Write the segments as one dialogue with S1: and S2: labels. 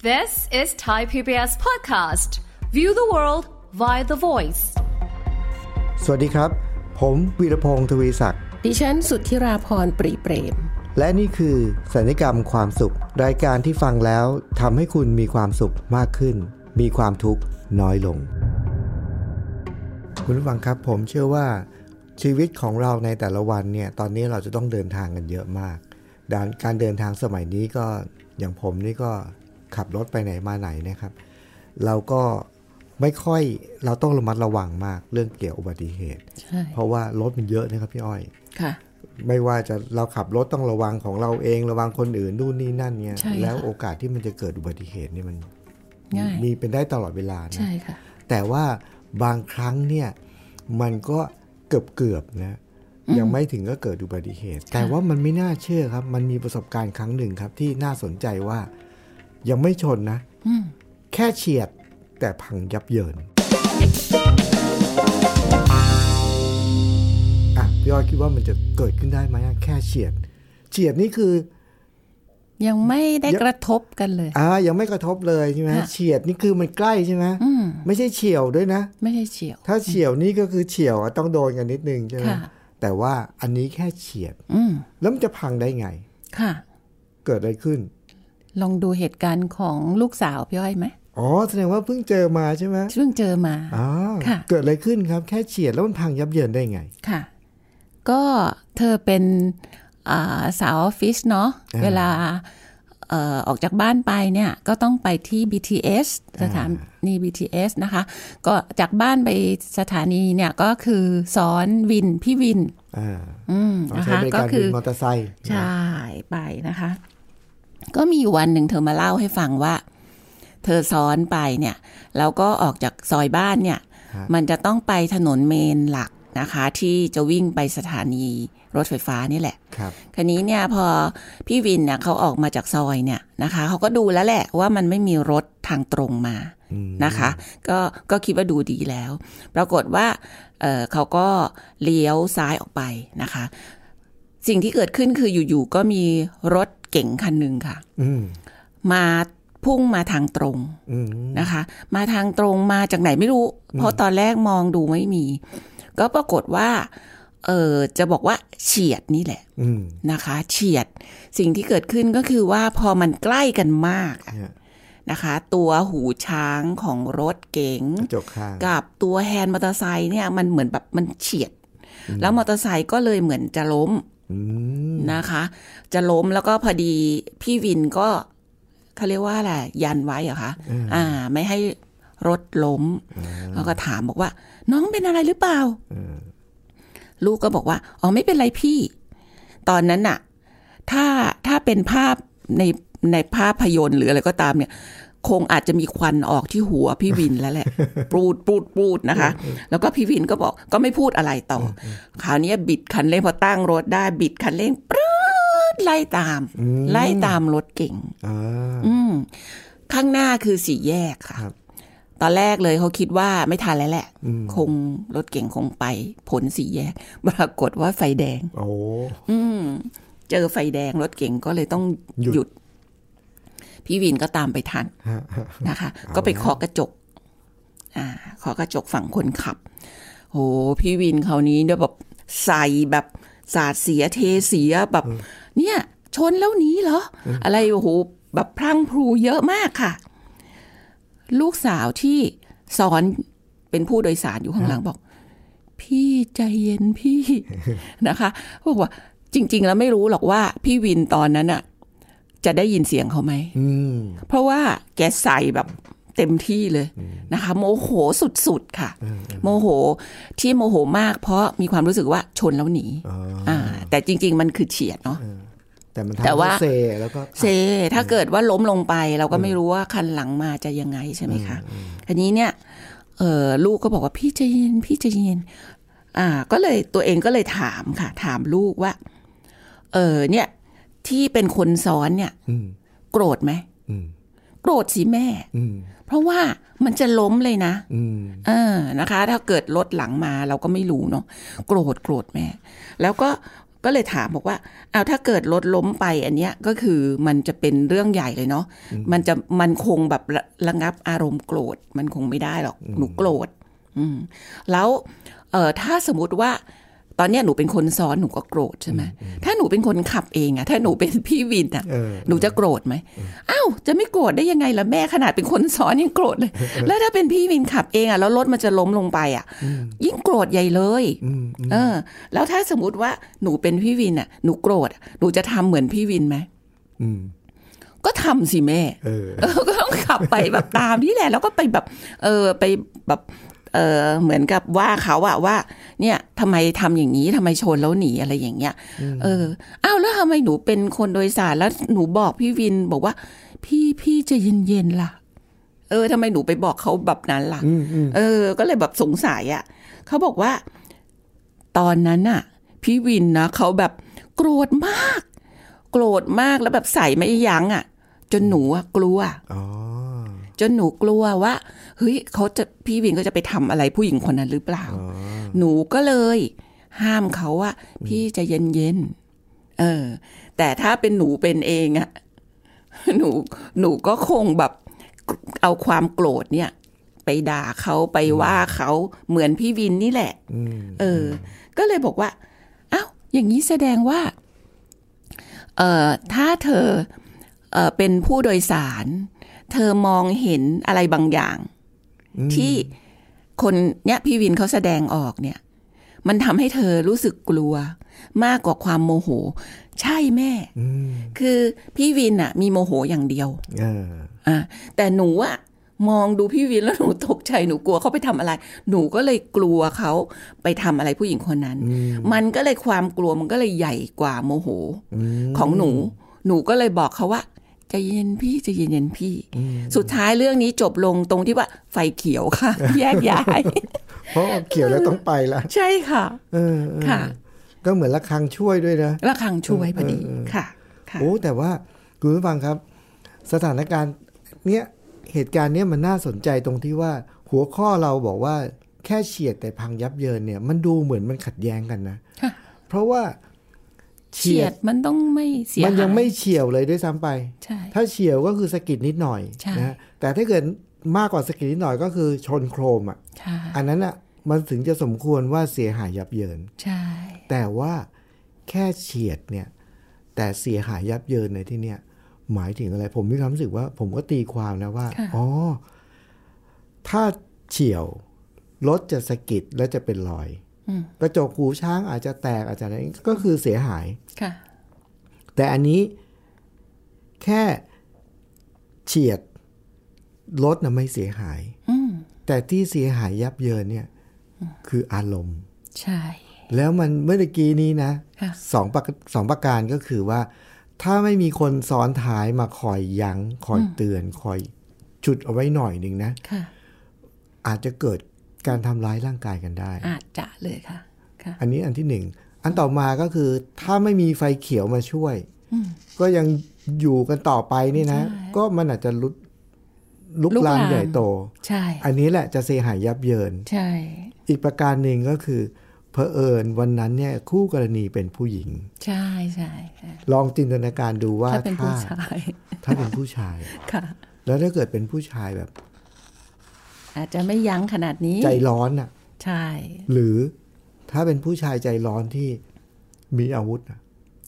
S1: This is Thai PBS Podcast. View the world via the voice.
S2: สวัสดีครับ ผมวีรพงศ์ทวีศักดิ์
S3: ดิฉันสุทธิราพรปรีเปรม
S2: และนี่คือสัญญกรรมความสุข รายการที่ฟังแล้วทำให้คุณมีความสุขมากขึ้น มีความทุกข์น้อยลง คุณผู้ฟังครับผมเชื่อว่า ชีวิตของเราในแต่ละวันเนี่ยตอนนี้เราจะต้องเดินทางกันเยอะมากด้านการเดินทางสมัยนี้ก็อย่างผมนี่ก็ขับรถไปไหนมาไหนนะครับ เราก็ไม่ค่อยเราต้องระมัดระวังมากเรื่องเกี่ยวอุบัติเหตุ
S3: ใช่
S2: เพราะว่ารถมันเยอะนะครับพี่อ้อย
S3: ค่ะ
S2: ไม่ว่าจะเราขับรถต้องระวังของเราเองระวังคนอื่นนู่นนี่นั่นเนี่ย
S3: ใช่ค่ะ
S2: แล้วโอกาสที่มันจะเกิดอุบัติเหตุนี่มัน
S3: ง่าย
S2: มีเป็นได้ตลอดเวลานะ
S3: ใช่ค่ะ
S2: แต่ว่าบางครั้งเนี่ยมันก็เกือบเกือบๆนะยังไม่ถึงก็เกิดอุบัติเหตุ แต่ว่ามันไม่น่าเชื่อครับ มันมีประสบการณ์ครั้งหนึ่งครับ ที่น่าสนใจว่ายังไม่ชนนะแค่เฉียดแต่พังยับเยินอ่ะพี่อ้อยคิดว่ามันจะเกิดขึ้นได้ไหมอะแค่เฉียด เฉียดนี่คือ
S3: ยังไม่ได้
S2: ยัง
S3: กระทบกันเลย
S2: อ่ายังไม่กระทบเลยใช่ไหม
S3: ค่ะ
S2: เฉียดนี่คือมันใกล้ใช่ไหม
S3: อืม
S2: ไม่ใช่เฉียวด้วยนะ
S3: ไม่ใช่เฉียว
S2: ถ้าเฉียวนี่ก็คือเฉียวอะต้องโดนกันนิดนึงใช่ไหม
S3: ค่ะ
S2: แต่ว่าอันนี้แค่เฉียด
S3: อืม
S2: แล้วมันจะพังได้ไง
S3: ค่ะ
S2: เกิดอะไรขึ้น
S3: ลองดูเหตุการณ์ของลูกสาวพี่อ้อยไหม
S2: อ๋อแสดงว่าเพิ่งเจอมาใช่ไหม
S3: เพิ่งเจอมา
S2: อ๋อ
S3: ค่ะ
S2: เกิดอะไรขึ้นครับ แค่เฉียดแล้วมันพังยับเยินได้ไง
S3: ค่ะ ก็เธอเป็นอ่าสาวออฟฟิศเนาะเวลาเอ่อออกจากบ้านไปเนี่ยก็ต้องไปที่ BTS สถานี BTS นะคะ ก็จากบ้านไปสถานีเนี่ยก็คือซ้อนวินพี่วิน
S2: อ่า
S3: อืม
S2: ต้อง
S3: นะ
S2: ใช้
S3: คะ
S2: บริ
S3: ก็
S2: การ
S3: คื
S2: วิ
S3: อ
S2: นมอเตอร์ไซค์
S3: ใช่ไปนะคะ ก็มีอยู่วันหนึ่งเธอมาเล่าให้ฟังว่า เธอซ้อนไปเนี่ยแล้วก็ออกจากซอยบ้านเนี่ย มันจะต้องไปถนนเมนหลักนะคะ ที่จะวิ่งไปสถานีรถไฟฟ้านี่แหละ
S2: ครับ
S3: คันนี้เนี่ยพอพี่วินเนี่ยเขาออกมาจากซอยเนี่ยนะคะเขาก็ดูแล้วแหละว่ามันไม่มีรถทางตรงมา
S2: อืม
S3: นะคะ ก็ก็คิดว่าดูดีแล้ว ปรากฏว่าเอ่อเขาก็เลี้ยวซ้ายออกไปนะคะ สิ่งที่เกิดขึ้นคืออยู่ๆก็มีรถเก๋งคันหนึ่งค่ะ
S2: อืม
S3: มาพุ่งมาทางตรง
S2: อืม
S3: นะคะมาทางตรงมาจากไหนไม่รู้ เพราะตอนแรกมองดูไม่มี ก็ปรากฏว่าเออจะบอกว่าเฉียดนี่แหละ
S2: อืม
S3: นะคะ เฉียดสิ่งที่เกิดขึ้นก็คือว่าพอมันใกล้กันมากอะ
S2: เนี่ย
S3: นะคะ ตัวหูช้างของรถเก๋ง
S2: กระจกข้าง
S3: กับตัวแฮนด์มอเตอร์ไซค์เนี่ยมันเหมือนแบบมันเฉียด แล้วมอเตอร์ไซค์ก็เลยเหมือนจะล้ม
S2: อืม
S3: นะคะ จะล้มแล้วก็พอดีพี่วินก็เขาเรียกว่าอะไรยันไว้เหรอคะอ่า ไม่ให้รถล้มแล้วก็ถามบอกว่า น้องเป็นอะไรหรือเปล่า ลูกก็บอกว่า อ๋อไม่เป็นไรพี่ ตอนนั้นน่ะ ถ้าถ้าเป็นภาพในในภาพยนตร์หรืออะไรก็ตามเนี่ย คงอาจจะมีควันออกที่หัวพี่วิน แล้วแหละ ปูดปูดปูดนะคะ แล้วก็พี่วินก็บอกก็ไม่พูดอะไรต่ออคราวนี้บิดคันเร่งพอตั้งรถได้บิดคันเร่งปรื๊ดไล่ตาม ไล่ตามรถเก่ง
S2: อ่า
S3: อืมข้างหน้าคือสี่แยกค่ะ
S2: ครับ
S3: ตอนแรกเลยเขาคิดว่าไม่ทันแล้วแหละ
S2: อืม
S3: คงรถเก่งคงไปผลสี่แยก ปรากฏว่าไฟแดง
S2: โอ้
S3: อืม เจอไฟแดงรถเก่งก็เลยต้อง
S2: หยุด
S3: หยุด พี่วินก็ตามไปทัน
S2: ฮะ
S3: นะคะ ก็ไปเคาะกระจก อ่าเคาะกระจกฝั่งคนขับ โห พี่วินคราวนี้เนี่ยแบบใส่แบบสาดเสียเทเสียแบบ เนี่ย ชนแล้วหนี้เหรอ อะไรโอ้โหแบบพรั่งพรูเยอะมากค่ะ ลูกสาวที่สอนเป็นผู้โดยสารอยู่ข้างหลังบอก พี่ใจเย็นพี่ นะคะบอกว่า จริง ๆ แล้วไม่รู้หรอกว่า พี่วินตอนนั้นอะจะได้ยินเสียงเขาไหม
S2: อืม
S3: เพราะว่าแกใส่แบบเต็มที่เลยนะคะ โมโหสุดๆค่ะ โมโหที่โมโหมากเพราะมีความรู้สึกว่าชนแล้วหนี
S2: อ๋อ
S3: อ่า แต่จริง ๆ มันคือเฉียดเนาะ
S2: แต่มันทำ
S3: แต่ว่า
S2: ให้เซแล้วก็
S3: เซถ้าเกิดว่าล้มลงไป เราก็ไม่รู้ว่าคันหลังมาจะยังไงใช่ไหมคะอันนี้เนี่ยเออลูกก็บอกว่าพี่ใจเย็นพี่ใจเย็นอ่า ก็เลยตัวเองก็เลยถามค่ะ ถามลูกว่า เออเนี่ย ที่เป็นคนซ้อนเนี่ย
S2: อืม
S3: โกรธไหม
S2: อืม
S3: โกรธสิแม่
S2: อืม
S3: เพราะว่ามันจะล้มเลยนะ
S2: อืม
S3: เออนะคะ ถ้าเกิดรถหลังมาเราก็ไม่รู้เนาะ โกรธโกรธแม่ แล้วก็ ก็เลยถามบอกว่าเอาวถ้าเกิดรถล้มไปอันเนี้ยก็คือมันจะเป็นเรื่องใหญ่เลยเนาะมันจะมันคงแบบระระงับอารมณ์โกรธ มันคงไม่ได้หรอกหนูโกรธ อืมแล้วเออถ้าสมมติว่า ตอนเนี้ยหนูเป็นคนซ้อนหนูก็โกรธใช่ไหมถ้าหนูเป็นคนขับเองอะถ้าหนูเป็นพี่วินอะ
S2: เออ
S3: หนูจะโกรธไหมอ้าวจะไม่โกรธได้ยังไงล่ะแม่ขนาดเป็นคนซ้อนยังโกรธเลย แล้วถ้าเป็นพี่วินขับเองอะแล้วรถมันจะล้มลงไปอะยิ่งโกรธใหญ่เลย
S2: อืมอืม
S3: เออ แล้วถ้าสมมติว่าหนูเป็นพี่วินอะหนูโกรธอะหนูจะทำเหมือนพี่วินไหม
S2: อืม
S3: ก็ทำสิแม่
S2: เออ
S3: เออก็ต้องขับไปแบบตามนี่แหละ แล้วก็ไปแบบ เออไปแบบเออเหมือนกับว่าเขาอะว่า เนี่ยทำไมทำอย่างนี้ทำไมชนแล้วหนีอะไรอย่างเงี้ยเอออ้าวแล้วทำไมหนูเป็นคนโดยสารแล้วหนูบอกพี่วินบอกว่า พี่พี่ใจะเย็นๆล่ะ เออทำไมหนูไปบอกเขาแบบนั้นล่ะ
S2: อืมอืม
S3: เออ ก็เลยแบบสงสัยอะ่ะ เขาบอกว่า ตอนนั้นน่ะ พี่วินนะเขาแบบโกรธมาก โกรธมากแล้วแบบใส่ไม่ยั้งอะ่ะ จนหนูอะกลัว
S2: อ๋อ
S3: จนหนูกลัวว่าเฮ้ยเขาจะพี่วินก็จะไปทำอะไรผู้หญิงคนนั้นหรือเปล่า
S2: อ๋อ
S3: หนูก็เลย ห้ามเขาว่า พี่ใจะเย็นเย็นๆเออ แต่ถ้าเป็นหนูเป็นเองอะ หนูหนูก็คงแบบเอาความโกรธเนี่ย ไปด่าเขาไปว่าเขาเหมือนพี่วินนี่แหละ
S2: อืม
S3: เออ ก็เลยบอกว่า เอ้า อย่างนี้แสดงว่า เอ่อ ถ้าเธอ เอ่อ เป็นผู้โดยสาร เธอมองเห็นอะไรบางอย่าง ที่คนเนี่ยพี่วินเขาแสดงออกเนี่ย มันทำให้เธอรู้สึกกลัว มากกว่าความโมโห ใช่แม่
S2: อืม
S3: คือพี่วินอะมีโมโหอย่างเดียว
S2: เออ
S3: อ่ะแต่หนูอะมองดูพี่วินแล้วหนูตกใจหนูกลัวเขาไปทำอะไร หนูก็เลยกลัวเขาไปทำอะไรผู้หญิงคนนั้น มันก็เลยความกลัวมันก็เลยใหญ่กว่าโมโห ของหนู หนูก็เลยบอกเขาว่าใจเย็นพี่ใจเย็นๆพี่ สุดท้ายเรื่องนี้จบลงตรงที่ว่าไฟเขียวค่ะ แยกย้าย
S2: เพราะเกี่ยวแล้วต้องไปละ
S3: ใช่ค่ะ
S2: เออเออ
S3: ค่ะ
S2: ก็เหมือนระฆังช่วยด้วยนะ
S3: ระฆังช่วยพอดีค่ะค่ะ
S2: โอ้แต่ว่าคุณผู้ฟังครับ สถานการณ์เนี้ยเหตุการณ์เนี้ยมันน่าสนใจตรงที่ว่า หัวข้อเราบอกว่าแค่เฉียดแต่พังยับเยินเนี่ย มันดูเหมือนมันขัดแย้งกันนะ
S3: ค่ะ
S2: เพราะว่า
S3: เฉียดมันต้องไม่เสีย
S2: มันยัง
S3: หา
S2: ไม่เฉียวเลยด้วยซ้ำไป
S3: ใช่
S2: ถ้าเฉียวก็คือสะกิดนิดหน่อย
S3: ใช่
S2: นะฮะแต่ถ้าเกิดมากกว่าสะกิดนิดหน่อยก็คือชนโครมอ่ะ
S3: ใช่
S2: อันนั้นอ่ะมันถึงจะสมควรว่าเสียหายยับเยิน
S3: ใช่
S2: แต่ว่าแค่เฉียดเนี่ย แต่เสียหายยับเยินในที่เนี่ย หมายถึงอะไร ผมมีความรู้สึกว่า ผมก็ตีความนะว่า อ๋อ ถ้าเฉียวรถจะสะกิดแล้วจะเป็นรอยกระจกหูช้างอาจจะแตกอาจจะอะไรก็คือเสียหาย
S3: ค่ะ
S2: แต่อันนี้แค่เฉียดรถนะไม่เสียหายแต่ที่เสียหายยับเยินเนี่ย คืออารมณ์
S3: ใช่
S2: แล้วมันเมื่อตะกี้นี้นะ
S3: ค่ะ
S2: สองประสองประการก็คือว่า ถ้าไม่มีคนซ้อนท้ายมาคอยยัง้งคอยเตือน คอยจุดเอาไว้หน่อยหนึ่งนะ
S3: ค่ะ
S2: อาจจะเกิดการทำร้ายร่างกายกันได้
S3: อาจจะเลยค่ะ ค่ะ
S2: อันนี้อันที่หนึ่ง อันต่อมาก็คือ ถ้าไม่มีไฟเขียวมาช่วย ก็ยังอยู่กันต่อไปนี่นะ ก็มันอาจจะลุกลุก
S3: ลุก
S2: ลาม
S3: ลาม
S2: ใหญ่โต
S3: ใช่
S2: อันนี้แหละจะเสียหายยับเยิน
S3: ใช่
S2: อีกประการหนึ่งก็คือเผอิญวันนั้นเนี่ยคู่กรณีเป็นผู้หญิง
S3: ใช่ใช่ค่ะ
S2: ลองจินตนาการดูว่า
S3: ถ้าเป็นผู้
S2: ถ้า
S3: ชาย
S2: ถ้าเป็นผู้ชาย
S3: ค่ะ
S2: แล้วถ้าเกิดเป็นผู้ชายแบบ
S3: อาจจะไม่ยั้งขนาดนี้
S2: ใจร้อนน่ะ
S3: ใช่
S2: หรือถ้าเป็นผู้ชายใจร้อนที่มีอาวุธน่ะ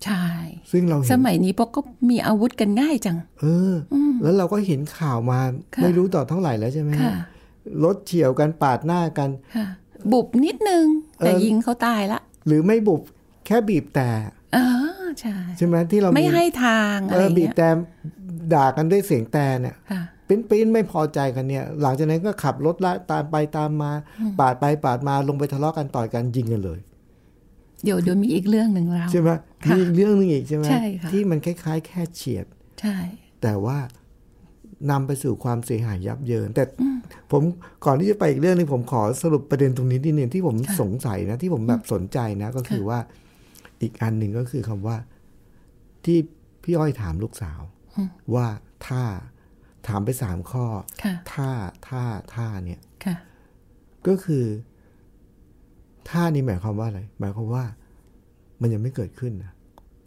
S3: ใช่
S2: ซึ่งเรา
S3: ส
S2: เห็น
S3: มัยนี้พวกก็มีอาวุธกันง่ายจัง
S2: เอออ แล้วเราก็เห็นข่าวมา
S3: ค่ะ
S2: ไม่รู้ต่อเท่าไหร่แล้วใช่ไหม
S3: ค่ะ
S2: รถเฉียวกันปาดหน้ากัน
S3: ค่ะ บุบนิดนึง แต่
S2: เออ
S3: ยิงเขาตายละ
S2: หรือไม่บุบแค่บีบแต่
S3: เออใช่
S2: ใช่ไหมที่เรา
S3: ไม่ให้ทางอะ
S2: เอ
S3: ไร
S2: อบีบ
S3: เงี้ย
S2: แต่ด่ากันด้วยเสียงแต่เนี่ย
S3: ค่ะ
S2: ปิ้นปิ้นไม่พอใจกันเนี่ย หลังจากนั้นก็ขับรถละตามไปตามมา ปาดไปปาดมาลงไปทะเลาะกันต่อยกันยิงกันเลย
S3: เดี๋ยวเดี๋ยวมีอีกเรื่องหนึ่งเรา
S2: ใช่ไหม
S3: ค่ะ
S2: มีอีกเรื่องหนึงอีกใช่ไหม
S3: ใช่ค่ะ
S2: ที่มันคล้าย ๆ แค่เฉียด
S3: ใช่
S2: แต่ว่านำไปสู่ความเสียหายยับเยิน แต่ผมก่อนที่จะไปอีกเรื่องหนึงผมขอสรุปประเด็นตรงนี้นิดนึงที่ผมสงสัยนะ ที่ผมแบบสนใจนะ ก็คือว่าอีกอันหนึ่งก็คือคำว่า ที่พี่อ้อยถามลูกสาว ว่าถ้าถามไปสามข้อ
S3: ค่ะ
S2: ท่าท่าท่าเนี่ย
S3: ค่ะ
S2: ก็คือท่านี้หมายความว่าอะไร หมายความว่า มันยังไม่เกิดขึ้นนะ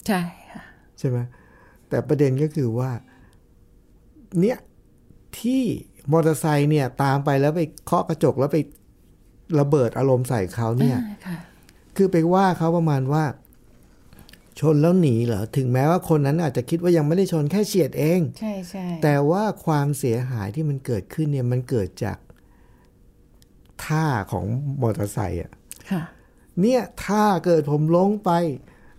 S3: ใช่ค่ะ
S2: ใช่ไหมแต่ประเด็นก็คือว่า เนี่ยที่มอเตอร์ไซค์เนี่ย ตามไปแล้วไปเคาะกระจกแล้วไประเบิดอารมณ์ใส่เขาเนี่ย
S3: ค่ะ
S2: คือไปว่าเขาประมาณว่า ชนแล้วหนีเหรอถึงแม้ว่าคนนั้นอาจจะคิดว่ายังไม่ได้ชนแค่เฉียดเอง
S3: ใช่ใช่
S2: แต่ว่าความเสียหายที่มันเกิดขึ้นเนี่ยมันเกิดจากท่าของมอเตอร์ไซค์อ่ะ
S3: ค่ะ
S2: เนี่ยถ้าเกิดผมลงไป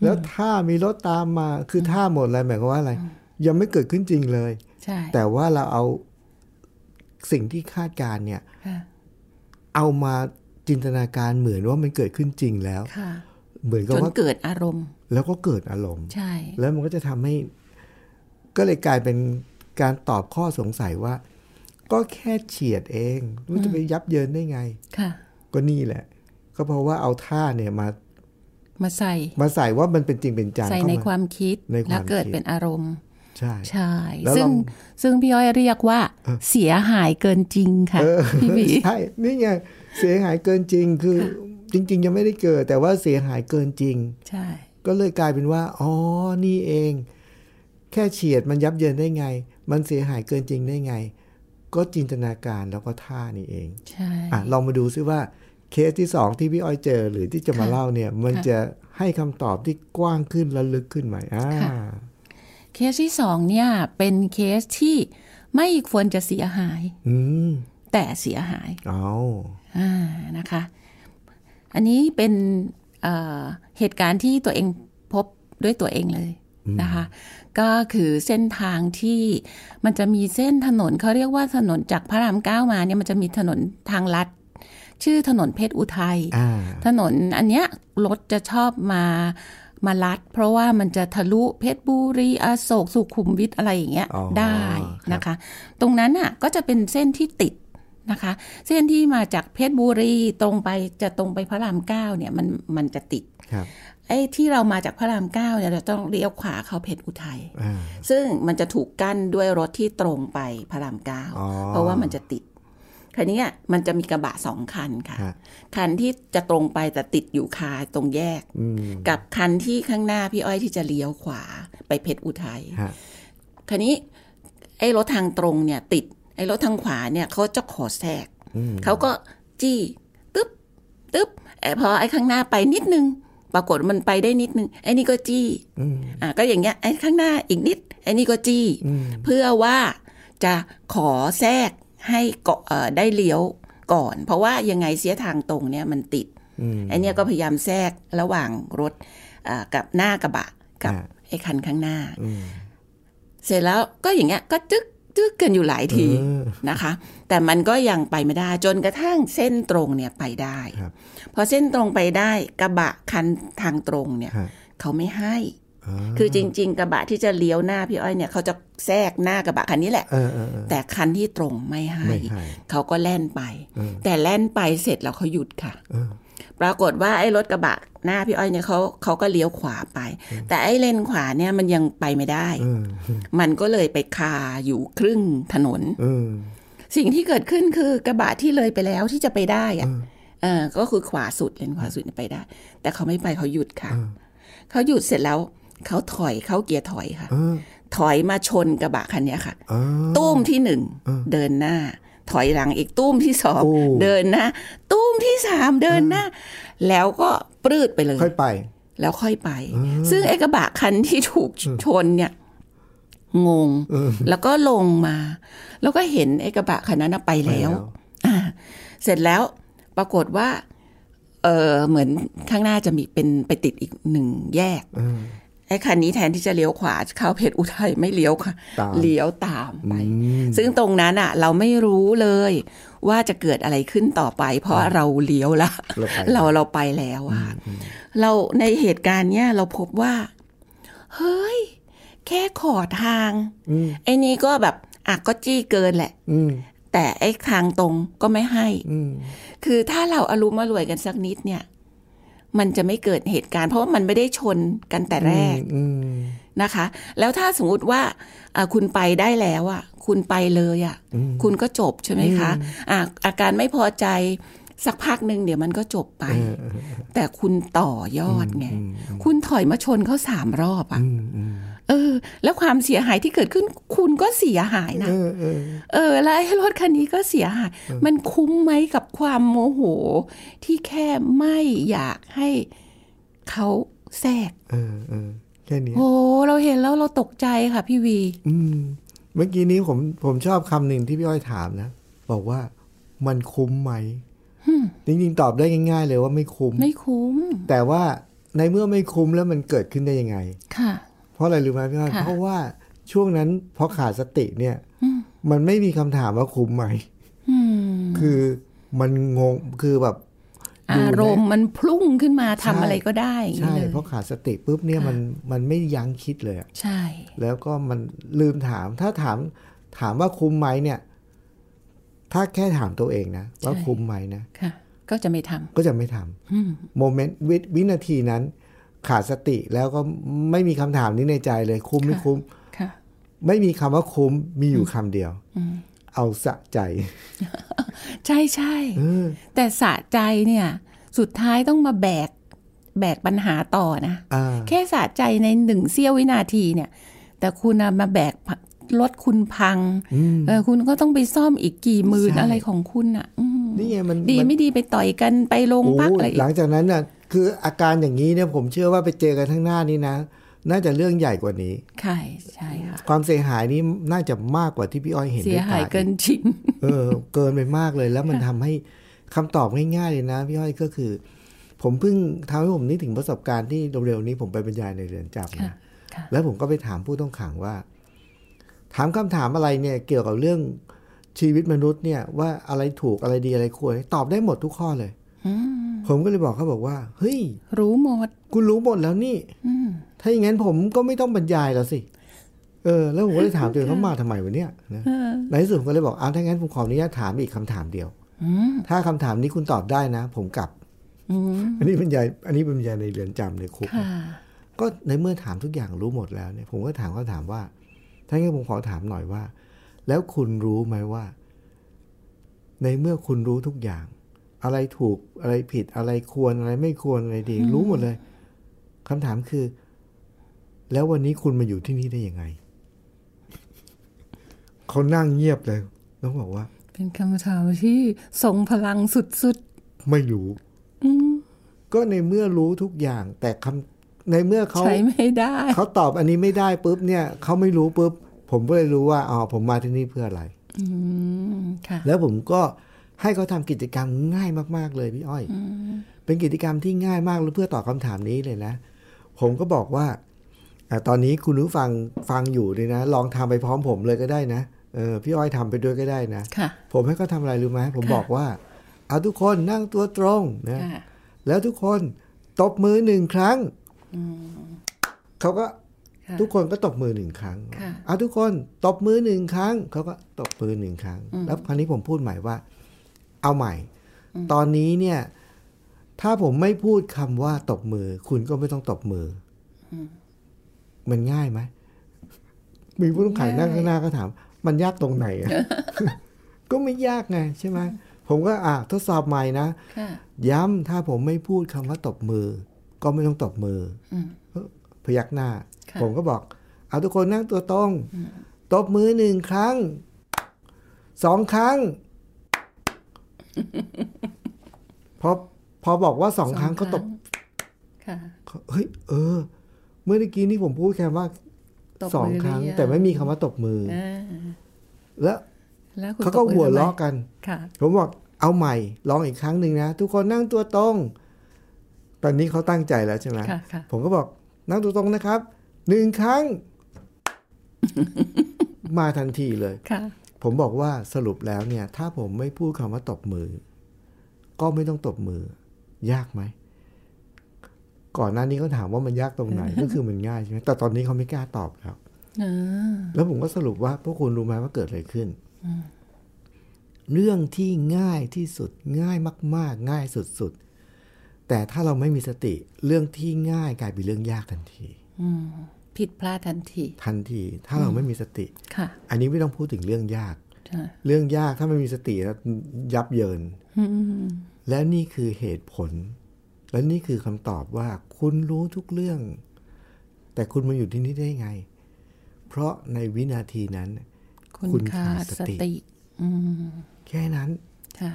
S2: แล้วถ้ามีรถตามมาคือถ้าหมดอะไรหมายความว่าอะไร ยังไม่เกิดขึ้นจริงเลย
S3: ใช่
S2: แต่ว่าเราเอาสิ่งที่คาดการณ์เนี่ย
S3: ค่ะ
S2: เอามาจินตนาการเหมือนว่ามันเกิดขึ้นจริงแล้ว
S3: ค่ะ
S2: เหมือนกับ
S3: จน
S2: ว่า
S3: เกิดอารมณ์
S2: แล้วก็เกิดอารมณ์
S3: ใช่
S2: แล้วมันก็จะทำให้ ก็เลยกลายเป็นการตอบข้อสงสัยว่า ก็แค่เฉียดเองมันจะไปยับเยินได้ไง
S3: ค่ะ
S2: ก็นี่แหละ ก็เพราะว่าเอาท่าเนี่ยมา
S3: มาใส่
S2: มาใส่ว่ามันเป็นจริงเป็นจัง
S3: ใส่
S2: เข้า
S3: ใน
S2: มา
S3: ความคิด
S2: ในความ
S3: แล้วเกิด
S2: คิด
S3: เป็นอารมณ์
S2: ใช่
S3: ใช่
S2: แล้ว
S3: ซึ่ง
S2: ลอง
S3: ซึ่งพี่อ้อยเรียกว่า เสียหายเกินจริงค่ะ พี่บี
S2: ใช่ นี่ไง เสียหายเกินจริง คือ จริง ๆ ยังไม่ได้เกิด แต่ว่าเสียหายเกินจริง
S3: ใช่
S2: ก็เลยกลายเป็นว่า อ๋อ นี่เอง แค่เฉียดมันยับเยินได้ไง มันเสียหายเกินจริงได้ไง ก็จินตนาการแล้วก็ท่านี่เอง
S3: ใช่
S2: อ่ะ ลองมาดูซิว่า เคสที่สองที่พี่อ้อยเจอ หรือที่จะมาเล่าเนี่ย มันจะให้คำตอบที่กว้างขึ้นและลึกขึ้นไหมอ่า
S3: เคสที่สองเนี่ยเป็นเคสที่ไม่ควรจะเสียหาย
S2: อืม
S3: แต่เสียหาย
S2: เอา
S3: อ่านะคะ อันนี้เป็นเอ่อเหตุการณ์ที่ตัวเองพบด้วยตัวเองเลยนะคะ ก็คือเส้นทางที่มันจะมีเส้นถนนเขาเรียกว่าถนนจากพระรามเก้ามาเนี่ยมันจะมีถนนทางลัด ชื่อถนนเพชรอุทัย
S2: อ่า
S3: ถนนอันเนี้ยรถจะชอบมามาลัด เพราะว่ามันจะทะลุเพชรบุรีอโศกสุขุมวิทอะไรอย่างเงี้ย
S2: อ๋อ
S3: ได้นะคะ ตรงนั้นน่ะก็จะเป็นเส้นที่ติดนะคะ เส้นที่มาจากเพชรบุรีตรงไปจะตรงไปพระรามเก้าเนี่ยมันมันจะติด
S2: ครับ
S3: ไอ้ที่เรามาจากพระรามเก้าเนี่ยเราต้องเลี้ยวขวาเข้าเพชรอุทัย
S2: อ่า
S3: ซึ่งมันจะถูกกั้นด้วยรถที่ตรงไปพระรามเก้า
S2: อ๋อ
S3: เพราะว่ามันจะติดคันนี้ยมันจะมีกระบะสองคันค่ะ
S2: ฮะ
S3: คันที่จะตรงไปแต่ติดอยู่คาตรงแยก
S2: อืม
S3: กับคันที่ข้างหน้าพี่อ้อยที่จะเลี้ยวขวาไปเพชรอุทัย
S2: ฮะ
S3: คันนี้ไอ้รถทางตรงเนี่ยติดไอ้รถทางขวาเนี่ยเขาจะขอแทรก
S2: อืม
S3: เขาก็จี้ตึ๊บตึ๊บไอ้พอไอ้ข้างหน้าไปนิดนึง ปรากฏมันไปได้นิดนึงไอ้นี่ก็จี้
S2: อืม
S3: อ่ะก็อย่างเงี้ยไอ้ข้างหน้าอีกนิดไอ้นี่ก็จี้
S2: อืม
S3: เพื่อว่าจะขอแทรกให้เกาะเอ่อได้เลี้ยวก่อน เพราะว่ายังไงเสียทางตรงเนี่ยมันติด
S2: อืม
S3: ไอเนี้ยก็พยายามแทรกระหว่างรถอ่ากับหน้ากระบะกับ
S2: อ่า
S3: ไอ้คันข้างหน้า
S2: อืม
S3: เสร็จแล้วก็อย่างเงี้ยก็จึ๊กจึ๊กกันอยู่หลายที
S2: เออ
S3: นะคะ แต่มันก็ยังไปไม่ได้จนกระทั่งเส้นตรงเนี่ยไปได้
S2: ครับ
S3: พอเส้นตรงไปได้กระบะคันทางตรงเนี่ย
S2: ฮะ
S3: เขาไม่ให้
S2: า
S3: คือจริง ๆ กระบะที่จะเลี้ยวหน้าพี่อ้อยเนี่ยเขาจะแทรกหน้ากระบะคันนี้แหละ
S2: เออเออเออ
S3: แต่คันที่ตรงไม่ให้
S2: ไม่ให้
S3: เขาก็แล่นไป
S2: เออ
S3: แต่แล่นไปเสร็จแล้วเขาหยุดค่ะ
S2: เออ
S3: ปรากฏว่าไอ้รถกระบะหน้าพี่อ้อยเนี่ยเขาเขาก็เลี้ยวขวาไป แต่ไอ้เลนขวาเนี่ยมันยังไปไม่ได้
S2: เออ
S3: มันก็เลยไปคาอยู่ครึ่งถนน
S2: เออ
S3: สิ่งที่เกิดขึ้นคือกระบะที่เลยไปแล้วที่จะไปได้อะ
S2: เออ
S3: เออก็คือขวาสุดเลนขวาสุดเนี่ยไปได้ แต่เขาไม่ไปเขาหยุดค่ะ
S2: เออ
S3: เขาหยุดเสร็จแล้วเขาถอยเข้าเกียร์ถอยค่ะ
S2: เออ
S3: ถอยมาชนกระบะคันเนี้ยค่ะ
S2: เออ
S3: ตุ้มที่หนึ่ง
S2: เออ
S3: เดินหน้า ถอยหลังอีกตุ้มที่สอง
S2: โอ้
S3: เดินหน้าตุ้มที่สามเดินหน้า แล้วก็ปลืดไปเลย
S2: ค่อยไป
S3: แล้วค่อยไป ซึ่งไอ้กระบะคันที่ถูกชนเนี่ยงง
S2: เออ
S3: แล้วก็ลงมา แล้วก็เห็นไอ้กระบะคันนั้นนะไปแล้วอ่าเสร็จแล้วปรากฏว่า เออเหมือนข้างหน้าจะมีเป็นไปติดอีกหนึ่งแยก
S2: เออ
S3: ไอ้คันนี้แทนที่จะเลี้ยวขวาเข้าเพชรอุทัยไม่เลี้ยวค่ะ
S2: ตาม
S3: เลี้ยวตามไป
S2: อืม
S3: ซึ่งตรงนั้นอ่ะ เราไม่รู้เลยว่าจะเกิดอะไรขึ้นต่อไป เพราะเราเลี้ยวละ
S2: เราไป
S3: เราเราไปแล้วอะค่ะเราในเหตุการณ์เนี้ยเราพบว่า เฮ้ย แค่ขอทาง
S2: อืม
S3: ไอ้นี้ก็แบบอ่ะก็จี้เกินแหละ
S2: อืม
S3: แต่ไอ้ทางตรงก็ไม่ให้
S2: อืม
S3: คือถ้าเราอารุมอรวยกันสักนิดเนี่ย มันจะไม่เกิดเหตุการณ์ เพราะว่ามันไม่ได้ชนกันแต่แรก
S2: อืม
S3: นะคะ แล้วถ้าสมมติว่าอ่าคุณไปได้แล้วอ่ะ คุณไปเลยอ่ะ คุณก็จบใช่ไหมคะอ่ะอาการไม่พอใจ สักพักหนึ่งเดี๋ยวมันก็จบไป แต่คุณต่อยอดไง คุณถอยมาชนเขาสามรอบอ่ะ เออ แล้วความเสียหายที่เกิดขึ้น คุณก็เสียหายนะ
S2: เออเออ
S3: เออแล้วไอ้รถคันนี้ก็เสียหาย มันคุ้มไหมกับความโมโห ที่แค่ไม่อยากให้เขาแทรก
S2: เออเออแค่นี้
S3: โอ้เราเห็นแล้วเราตกใจค่ะพี่วี
S2: อืมเมื่อกี้นี้ผมผมชอบคำหนึ่งที่พี่อ้อยถามนะ บอกว่ามันคุ้มไหมจริงๆ ตอบได้ง่าย ๆ เลยว่าไม่คุ้ม
S3: ไม่คุ้ม
S2: แต่ว่าในเมื่อไม่คุ้มแล้วมันเกิดขึ้นได้ยังไง
S3: ค่ะ
S2: เพราะอะไรรู้ไหมพี่อ้อย
S3: ค่ะ
S2: เพราะว่าช่วงนั้นพอขาดสติเนี่ย มันไม่มีคำถามว่าคุ้มไหม
S3: อืม
S2: คือมันงงคือแบบ
S3: อารมณ์มันพุ่งขึ้นมาทำ
S2: ใช่
S3: อะไรก็ได้อย่าง
S2: ใช่
S3: นี้เลย
S2: เพราะขาดสติปุ๊บเนี่ยมันมันไม่ยั้งคิดเลยอะ
S3: ใช่
S2: แล้วก็มันลืมถาม ถ้าถามถามว่าคุ้มไหมเนี่ย ถ้าแค่ถามตัวเองนะ ว่าคุ้มไหมนะ
S3: ค่ะ ก็จะไม่ทำ
S2: ก็จะไม่ท
S3: อืม
S2: ำโมเมนต์วิวินาทีนั้น ขาดสติแล้วก็ไม่มีคำถามนี้ในใจเลย คุ้มไม่คุ้ม
S3: ค่ะ
S2: ไม่มีคำว่าคุ้มมีอยู่คำเดียวเอาสะใจ
S3: ใช่ใช่
S2: เออ
S3: แต่สะใจเนี่ย สุดท้ายต้องมาแบก แบกปัญหาต่อนะ
S2: อ่า
S3: แค่สะใจในหนึ่งเสี้ยววินาทีเนี่ย แต่คุณน่ะมาแบกรถคุณพังเออคุณก็ต้องไปซ่อมอีกกี่หมื่น
S2: ใช่
S3: อะไรของคุณอ่ะอืม
S2: นี่ไงมัน
S3: ดี
S2: มัน
S3: ไม่ดีไปต่อยกันไปโรงพัก
S2: โอ้
S3: อะไรอีก
S2: หลังจากนั้นน่ะคืออาการอย่างนี้เนี่ยผมเชื่อว่าไปเจอกันทั้างหน้านี้นะ น่าจะเรื่องใหญ่กว่านี้
S3: ใช่ใช่ค่ะ
S2: ความเสียหายนี้น่าจะมากกว่าที่พี่อ้อยเห็น
S3: เสีย
S2: ด้วย
S3: หาย
S2: ตา
S3: เกินจริง
S2: เออเกินไปมากเลยแล้วมันทำให้คำตอบง่ายๆเลยนะพี่อ้อยก็คือ ผมเพิ่งทำให้ผมนึกถึงประสบการณ์ที่เร็วๆนี้ผมไปบรรยายในเรือนจำ
S3: ค่ะ
S2: นะ
S3: ค่ะ
S2: แล้วผมก็ไปถามผู้ต้องขังว่า ถามคำถามอะไรเนี่ย เกี่ยวกับเรื่องชีวิตมนุษย์เนี่ย ว่าอะไรถูกอะไรดีอะไรควรตอบได้หมดทุกข้อเลยผมก็เลยบอกเขาบอกว่าเฮ้ย
S3: รู้หมด
S2: คุณรู้หมดแล้วนี่ถ้าอย่างนั้นผมก็ไม่ต้องบรรยายแล้วสิเออ แล้วผมก็เลยถามตัวเองเขา มาทำไมวะเนี่ยนะ ในที่สุดผมก็เลยบอกเอาถ้างั้นผมขออนุญาตถามอีกคำถามเดียว ถ้าคำถามนี้คุณตอบได้นะ ผมกลับ
S3: อืม
S2: อันนี้เป็นยายอันนี้เป็นยายในเรือนจำในคุก
S3: ค่ะ
S2: ก็ในเมื่อถามทุกอย่างรู้หมดแล้วเนี่ย ผมก็ถามก็ถามว่า ถ้างั้นผมขอถามหน่อยว่า แล้วคุณรู้ไหมว่า ในเมื่อคุณรู้ทุกอย่าง อะไรถูกอะไรผิดอะไรควรอะไรไม่ควรอะไรดี รู้หมดเลยคำถามคือ แล้ววันนี้คุณมาอยู่ที่นี่ได้ยังไง เขานั่งเงียบเลยแล้วบอกว่า
S3: เป็นคำถามที่ทรงพลังสุด
S2: ไม่รู้
S3: ๆอืม
S2: ก็ในเมื่อรู้ทุกอย่าง แต่คำในเมื่อเขา
S3: ใช้ไม่ได้
S2: เขาตอบอันนี้ไม่ได้ปุ๊บเนี่ยเขาไม่รู้ปุ๊บ ผมก็เลยรู้ว่าอ๋อผมมาที่นี่เพื่ออะไร
S3: อืมค่ะ
S2: แล้วผมก็ให้เขาทำกิจกรรมง่ายมากๆเลยพี่อ้อย เป็นกิจกรรมที่ง่ายมากเลยเพื่อตอบคำถามนี้เลยนะ ผมก็บอกว่าอะตอนนี้คุณผู้ฟังฟังอยู่เลยนะ ลองทำไปพร้อมผมเลยก็ได้นะเออพี่อ้อยทำไปด้วยก็ได้นะ
S3: ค่ะ
S2: ผมให้เขาทำอะไรรู้ไหมผม
S3: ค่ะ
S2: บอกว่าเอาทุกคนนั่งตัวตรงนะ
S3: ค่ะ
S2: แล้วทุกคนตบมือหนึ่งครั้งเขาก็
S3: ค่ะ
S2: ทุกคนก็ตบมือหนึ่งครั้ง
S3: ค่ะ
S2: เอาทุกคนตบมือหนึ่งครั้งเขาก็ตบมือหนึ่งครั้ง แล้วคราวนี้ผมพูดใหม่ว่า เอาใหม่ ตอนนี้เนี่ย ถ้าผมไม่พูดคำว่าตบมือ คุณก็ไม่ต้องตบมืออมันง่ายไหมมีผู้ต้องขังนั่งข้างหน้าก็ถาม มันยากตรงไหน อะ ก็ไม่ยากไงใช่ไหมผมก็อ่ะทดสอบใหม่นะ
S3: ค่ะ
S2: ย้ำถ้าผมไม่พูดคำว่าตบมือ ก็ไม่ต้องตบมืออพยักหน้า
S3: ค่ะ
S2: ผมก็บอก เอาทุกคนนั่งตัวตรงตบมือหนึ่งครั้งสองค รั้ง พอพอบอกว่าสองครั้งก็ตบ
S3: ค่ะ
S2: เฮ้ยเออ เมื่อกี้นี่ผมพูดแค่ว่า
S3: ตบมือ
S2: สองครั้ง
S3: หรือยัง
S2: แต่ไม่มีคำว่าตบมืออ
S3: อ่า
S2: แล้ว
S3: แล้วคุณ
S2: เขาก็
S3: ตบมือ
S2: หัว
S3: ทำไม
S2: ล้อกัน
S3: ค่ะ
S2: ผมบอกเอาใหม่ลองอีกครั้งหนึ่งนะ ทุกคนนั่งตัวตรง ตอนนี้เขาตั้งใจแล้วใช่ไหม
S3: ค่ะค่ะ
S2: ผมก็บอกนั่งตัวตรงนะครับหนึ่งค รั้ง มาทันทีเลย
S3: ค่ะ
S2: ผมบอกว่าสรุปแล้วเนี่ย ถ้าผมไม่พูดคำว่าตบมือ ก็ไม่ต้องตบมือ ยากไหม ก่อนหน้านี้เขาถามว่ามันยากตรงไหน ก็คือมันง่ายใช่ไหมแต่ตอนนี้เขาไม่กล้าตอบแล้ว
S3: เออ
S2: แล้วผมก็สรุปว่าพวกคุณรู้ไหมว่าเกิดอะไรขึ้น เรื่องที่ง่ายที่สุดง่ายมาก ๆ ง่ายสุด ๆ แต่ถ้าเราไม่มีสติ เรื่องที่ง่ายกลายเป็นเรื่องยากทันที
S3: ผิดพลาดทันที
S2: ทันที ถ้าเราไม่มีสติ
S3: ค่ะ
S2: อันนี้ไม่ต้องพูดถึงเรื่องยาก
S3: ใช่
S2: เรื่องยากถ้าไม่มีสติแล้วยับเยิน และนี่คือเหตุผล และนี่คือคำตอบว่าคุณรู้ทุกเรื่อง แต่คุณมาอยู่ที่นี่ได้ไง เพราะในวินาทีนั้น
S3: คุณ
S2: คุณ
S3: ขาด
S2: ขาด
S3: ส
S2: สติ
S3: ติ อืม
S2: แค่นั้น
S3: ค่ะ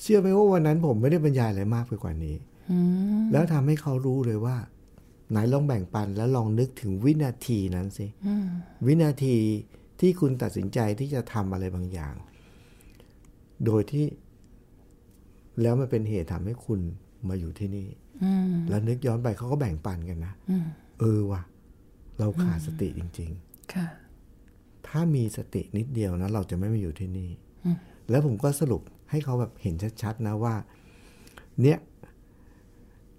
S2: เชื่อไหมว่าวันนั้นผมไม่ได้บรรยายอะไรมากไปกว่านี้
S3: อืม
S2: แล้วทำให้เขารู้เลยว่า ไหนลองแบ่งปันแล้วลองนึกถึงวินาทีนั้นสิ
S3: อืม
S2: วินาทีที่คุณตัดสินใจที่จะทำอะไรบางอย่าง โดยที่ แล้วมันเป็นเหตุทำให้คุณมาอยู่ที่นี่
S3: อืม
S2: แล้วนึกย้อนไปเขาก็แบ่งปันกันนะ
S3: อืม
S2: เออว่ะ เราขาดสติจริง
S3: ค่ะ
S2: ๆ ถ้ามีสตินิดเดียวนะเราจะไม่มาอยู่ที่นี่ แล้วผมก็สรุปให้เขาแบบเห็นชัดๆนะว่า เนี่ย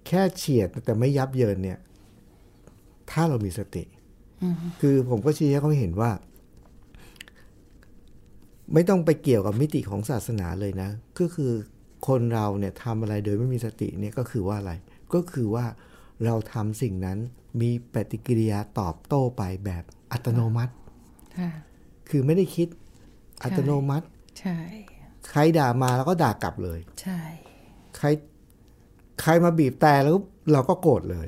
S2: แค่เฉียดแต่ไม่ยับเยินเนี่ย ถ้าเรามีสติ คือผมก็ชี้ให้เขาเห็นว่า ไม่ต้องไปเกี่ยวกับมิติของศาสนาเลยนะ ก็คือคนเราเนี่ยทำอะไรโดยไม่มีสติเนี่ยก็คือว่าอะไร ก็คือว่าเราทำสิ่งนั้นมีปฏิกิริยาตอบโต้ไปแบบอัตโนมัติ
S3: ค่ะ
S2: คือไม่ได้คิดอัตโนมัติ
S3: ใช่
S2: ใครด่ามาแล้วก็ด่ากลับเลย
S3: ใช่
S2: ใคร ใครมาบีบแต่แล้วเราก็โกรธเลย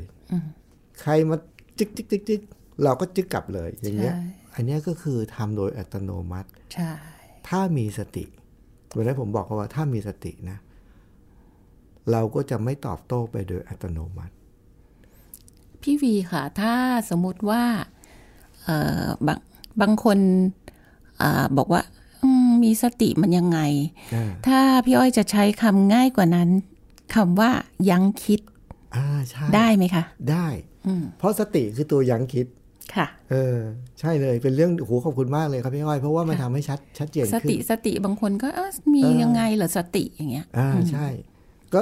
S2: ใครมาจิกจิกจิกจิกเราก็จิกกลับเลย อย่างเงี้ย อันเนี้ยก็คือทำโดยอัตโนมัติ
S3: ใช่
S2: ถ้ามีสติวันนี้นผมบอกเขาว่าถ้ามีสตินะ เราก็จะไม่ตอบโต้ไปโดยอัตโนมัติ
S3: พี่วีค่ะ ถ้าสมมุติว่าเอ่อบางบางคนอ่าบอกว่าอืมมีสติมันยังไง
S2: อ่า
S3: ถ้าพี่อ้อยจะใช้คำง่ายกว่านั้นคำว่ายั้งคิด
S2: อ่าใช่
S3: ได้ไหมคะ
S2: ได้
S3: อืม
S2: เพราะสติคือตัวยั้งคิด
S3: ค่ะ
S2: เออ ใช่เลยเป็นเรื่องโอ้โหขอบคุณมากเลยครับพี่อ้อยเพราะว่ามันทำให้ชัดชัดเจน
S3: ส
S2: ขึ้
S3: ติ
S2: น
S3: สติบางคนก็เอ้อมียังไงเหรอสติอย่างเงี้ย
S2: อ่าใช่ ก็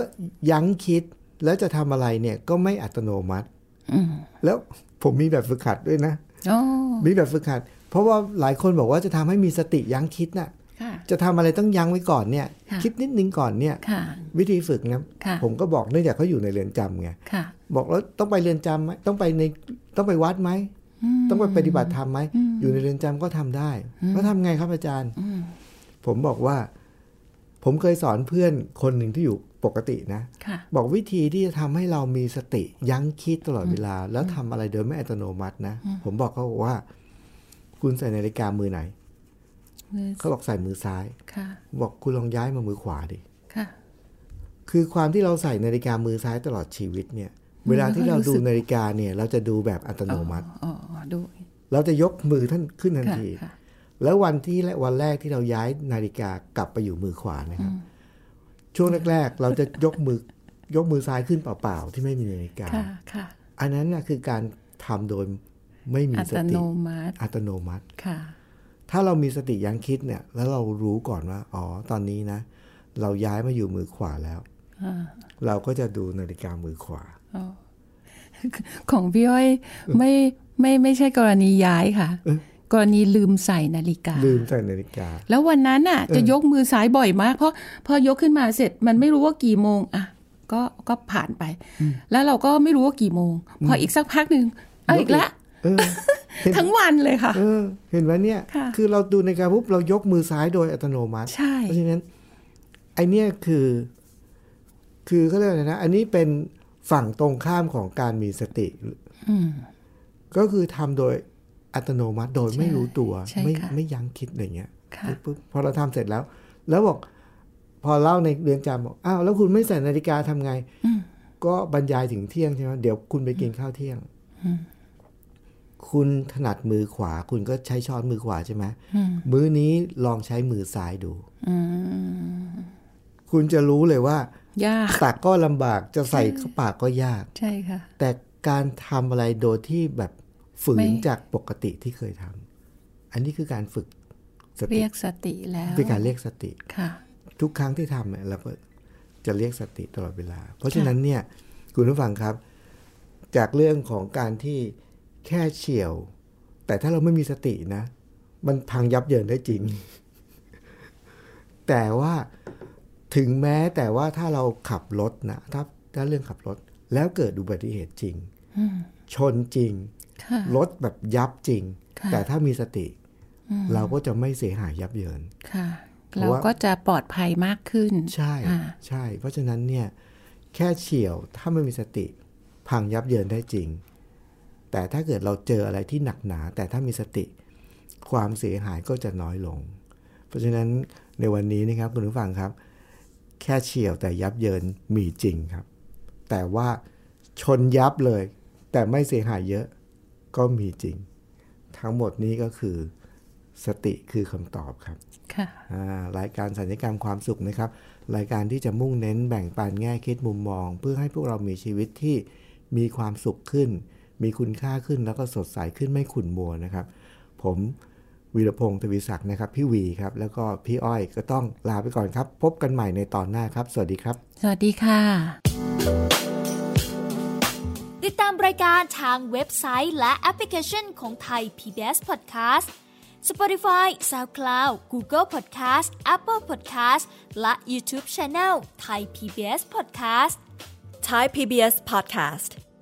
S2: ยั้งคิดแล้วจะทำอะไรเนี่ยก็ไม่อัตโนมัติ
S3: อืม
S2: แล้ว ผมมีแบบฝึกหัดด้วยนะ
S3: อ๋อ
S2: มีแบบฝึกหัด เพราะว่าหลายคนบอกว่าจะทำให้มีสติยั้งคิดน่ะ
S3: ค่ะ
S2: จะทำอะไรต้องยั้งไว้ก่อนเนี่ย
S3: ค่ะ
S2: คิดนิดนึงก่อนเนี่ย
S3: ค่ะ
S2: วิธีฝึกนะ
S3: ค่ะ
S2: ผมก็บอกเนื่องจากเขาอยู่ในเรือนจำไง
S3: ค่ะ
S2: บอกแล้วต้องไปเรือนจำไหมต้องไปในต้องไปวัดไหมต้องไปปฏิบัติธรรมไหมอยู่ในเรือนจำก็ทำได้แล้วทำไงครับอาจารย์
S3: อืม
S2: ผมบอกว่า ผมเคยสอนเพื่อนคนหนึ่งที่อยู่ปกตินะ
S3: ค่ะ
S2: บอกวิธีที่จะทำให้เรามีสติยั้งคิดตลอดเวลา แล้วทำอะไรโดยไม่อัตโนมัตินะ ผมบอกเขาว่า คุณใส่นาฬิกามือไหน
S3: มือ
S2: เขาบอกใส่มือซ้าย
S3: ค่ะ
S2: บอกคุณลองย้ายมามือขวาดิ
S3: ค่ะ
S2: คือความที่เราใส่นาฬิกามือซ้ายตลอดชีวิตเนี่ย เวลาที่เราดูนาฬิกาเนี่ย เราจะดูแบบอัตโนมัติ
S3: อ๋อดู
S2: เราจะยกมือท่านขึ้นทัน
S3: ค่ะ
S2: ที
S3: ค่ะ
S2: แล้ววันที่และวันแรกที่เราย้ายนาฬิกากลับไปอยู่มือขวานะครับ ช่วงแรกๆ เราจะยกมือยกมือซ้ายขึ้นเปล่าๆ ที่ไม่มีนาฬิกา
S3: ค่ะ ค่ะ
S2: อันนั้นนะคือการทำโดยไม่มี
S3: อั
S2: ส
S3: ต
S2: ติ
S3: โนมัติ
S2: อัตโนมัติ
S3: ค่ะ
S2: ถ้าเรามีสติยังคิดเนี่ย แล้วเรารู้ก่อนว่า อ๋อตอนนี้นะ เราย้ายมาอยู่มือขวาแล้ว
S3: อ่า
S2: เราก็จะดูนาฬิกามือขวา
S3: ของพี่อ้อยไม่ไม่ไม่ใช่กรณีย้ายค่ะ กรณีลืมใส่นาฬิกา
S2: ลืมใส่นาฬิกา
S3: แล้ววันนั้นน่ะ จะยกมือซ้ายบ่อยมาก เพราะพอยกขึ้นมาเสร็จมันไม่รู้ว่ากี่โมง อ่ะ ก็ก็ผ่านไป แล้วเราก็ไม่รู้ว่ากี่โมง พออีกสักพักหนึ่งเอาอีกละ
S2: เออ เห็น
S3: ทั้งวันเลยค่ะ
S2: เออ เห็นไหมเนี่ย
S3: ค่ะ
S2: คือเราดูนาฬิกาปุ๊บเรายกมือซ้ายโดยอัตโนมัติ
S3: ใช่
S2: เพราะฉะนั้นไอเนี่ยคือ คือเขาเรียกอะไรนะ อันนี้เป็นฝั่งตรงข้ามของการมีสติ
S3: อืม
S2: ก็คือทำโดยอัตโนมัติโดยไม่รู้ตัว
S3: ใช่
S2: ไม่
S3: ค่ะ
S2: ไม่ยั้งคิดอะไรเงี้ย
S3: ค่ะ
S2: ปุ๊บปุ๊บพอเราทำเสร็จแล้ว แล้วบอก พอเล่าในเรือนจำบอกอ้าวแล้วคุณไม่ใส่นาฬิกาทำไง
S3: อืม
S2: ก็บรรยายถึงเที่ยงใช่ไหมเดี๋ยวคุณไปกินข้าวเที่ยง คุณถนัดมือขวา คุณก็ใช้ช้อนมือขวาใช่ไหม
S3: อืม
S2: มือนี้ลองใช้มือซ้ายดู
S3: อืม
S2: คุณจะรู้เลยว่า
S3: ยาก
S2: ตักก็ลำบากจะใส่เข้าปากก็ยาก
S3: ใช่ค่ะ
S2: แต่การทำอะไรโดยที่แบบฝื
S3: ไม่
S2: นจากปกติที่เคยทำอันนี้คือการฝึกสติ
S3: เรียกสติแล้ว
S2: เป็นการเรียกสติ
S3: ค่ะ
S2: ทุกครั้งที่ทำเนี่ยเราก็จะเรียกสติตลอดเวลา เพราะฉะนั้นเนี่ยคุณผู้ฟังครับ จากเรื่องของการที่แค่เฉียว แต่ถ้าเราไม่มีสตินะ มันพังยับเยินได้จริง แต่ว่าถึงแม้แต่ว่าถ้าเราขับรถนะถ้าถ้าเรื่องขับรถ แล้วเกิดอุบัติเหตุจริง
S3: อืม
S2: ชนจริง
S3: ค่ะ
S2: รถแบบยับจริง
S3: ค่ะ
S2: แต่ถ้ามีสติ เราก็จะไม่เสียหายยับเยิน
S3: ค่ะ เราก็จะปลอดภัยมากขึ้น
S2: ใช่
S3: อ่า
S2: ใช่ เพราะฉะนั้นเนี่ยแค่เฉียวถ้าไม่มีสติ พังยับเยินได้จริง แต่ถ้าเกิดเราเจออะไรที่หนักหนา แต่ถ้ามีสติ ความเสียหายก็จะน้อยลง เพราะฉะนั้นในวันนี้นะครับคุณผู้ฟังครับ แค่เฉียวแต่ยับเยินมีจริงครับ แต่ว่าชนยับเลย แต่ไม่เสียหายเยอะก็มีจริง ทั้งหมดนี้ก็คือสติคือคำตอบครับ
S3: ค่ะ
S2: อ่ารายการสัญญกรรมความสุขนะครับ รายการที่จะมุ่งเน้นแบ่งปันแง่คิดมุมมอง เพื่อให้พวกเรามีชีวิตที่มีความสุขขึ้น มีคุณค่าขึ้นแล้วก็สดใสขึ้นไม่ขุ่นมัวนะครับ ผมวีรพงศ์ทวีศักดิ์นะครับ พี่วีครับ แล้วก็พี่อ้อยก็ต้องลาไปก่อนครับ พบกันใหม่ในตอนหน้าครับ สวัสดีครับ
S3: สวัสดีค่ะ
S4: ติดตามรายการทางเว็บไซต์และแอปพลิเคชันของไทย PBS Podcast Spotify SoundCloud Google Podcast Apple Podcast และ YouTube Channel ไทย PBS Podcast
S5: Thai PBS Podcast.